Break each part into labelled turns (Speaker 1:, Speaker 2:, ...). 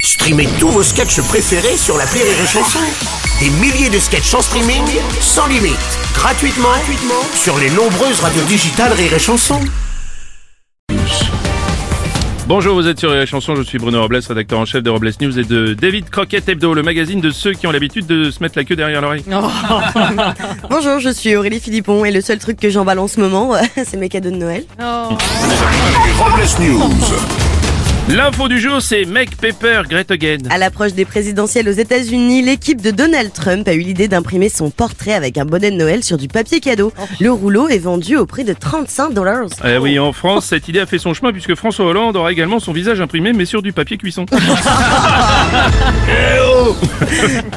Speaker 1: Streamez tous vos sketchs préférés sur la Rire et Chanson. Des milliers de sketchs en streaming, sans limite, gratuitement, gratuitement sur les nombreuses radios digitales Rire et Chanson.
Speaker 2: Bonjour, vous êtes sur la chanson, je suis Bruno Robles, rédacteur en chef de Robles News et de David Croquette Hebdo, le magazine de ceux qui ont l'habitude de se mettre la queue derrière l'oreille.
Speaker 3: Bonjour, je suis Aurélie Philippon et le seul truc que j'emballe en ce moment, c'est mes cadeaux de Noël.
Speaker 1: Les Robles News.
Speaker 2: L'info du jour, c'est Make Paper Great Again.
Speaker 3: À l'approche des présidentielles aux États-Unis, l'équipe de Donald Trump a eu l'idée d'imprimer son portrait avec un bonnet de Noël sur du papier cadeau. Le rouleau est vendu au prix de 35 dollars.
Speaker 2: Eh oui, en France, cette idée a fait son chemin puisque François Hollande aura également son visage imprimé mais sur du papier cuisson.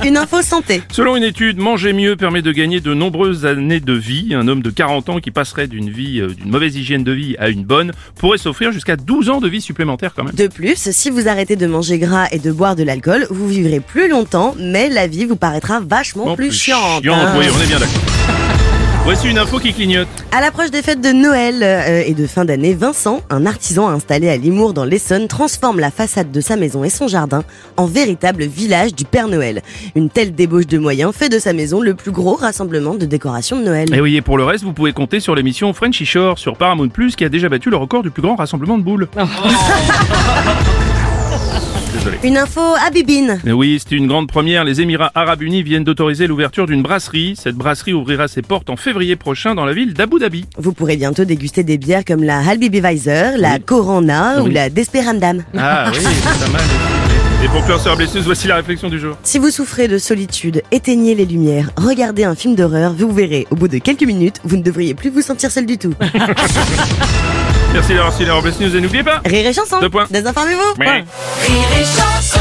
Speaker 3: Une info santé.
Speaker 2: Selon une étude, manger mieux permet de gagner de nombreuses années de vie. Un homme de 40 ans qui passerait d'une vie, euh, d'une mauvaise hygiène de vie à une bonne pourrait s'offrir jusqu'à 12 ans de vie supplémentaire quand même.
Speaker 3: De plus, si vous arrêtez de manger gras et de boire de l'alcool, vous vivrez plus longtemps, mais la vie vous paraîtra vachement
Speaker 2: Bon,
Speaker 3: Oh, plus, chiante.
Speaker 2: chiante,
Speaker 3: hein.
Speaker 2: oui, on est bien d'accord. Voici une info qui clignote.
Speaker 3: À l'approche des fêtes de Noël euh, et de fin d'année, Vincent, un artisan installé à Limours dans l'Essonne, transforme la façade de sa maison et son jardin en véritable village du Père Noël. Une telle débauche de moyens fait de sa maison le plus gros rassemblement de décorations de Noël.
Speaker 2: Et oui, et pour le reste, vous pouvez compter sur l'émission Frenchy Shore sur Paramount Plus qui a déjà battu le record du plus grand rassemblement de boules. Désolé.
Speaker 3: Une info à Bibine.
Speaker 2: Mais oui, c'est une grande première. Les Émirats Arabes Unis viennent d'autoriser l'ouverture d'une brasserie. Cette brasserie ouvrira ses portes en février prochain dans la ville d'Abu Dhabi.
Speaker 3: Vous pourrez bientôt déguster des bières comme la Halbibi Weiser, la Corona ou
Speaker 2: Oui.
Speaker 3: la Desperandam.
Speaker 2: Ah oui, c'est pas mal. Et pour clore sur blesseuse, voici la réflexion du jour.
Speaker 3: Si vous souffrez de solitude, éteignez les lumières, regardez un film d'horreur, vous verrez, au bout de quelques minutes, vous ne devriez plus vous sentir seul du tout.
Speaker 2: Merci d'avoir suivi les Robles News et n'oubliez pas
Speaker 3: Rire et chanson
Speaker 2: Deux points.
Speaker 3: Désinformez-vous
Speaker 2: Ouais.
Speaker 3: Point.
Speaker 4: Rire et chanson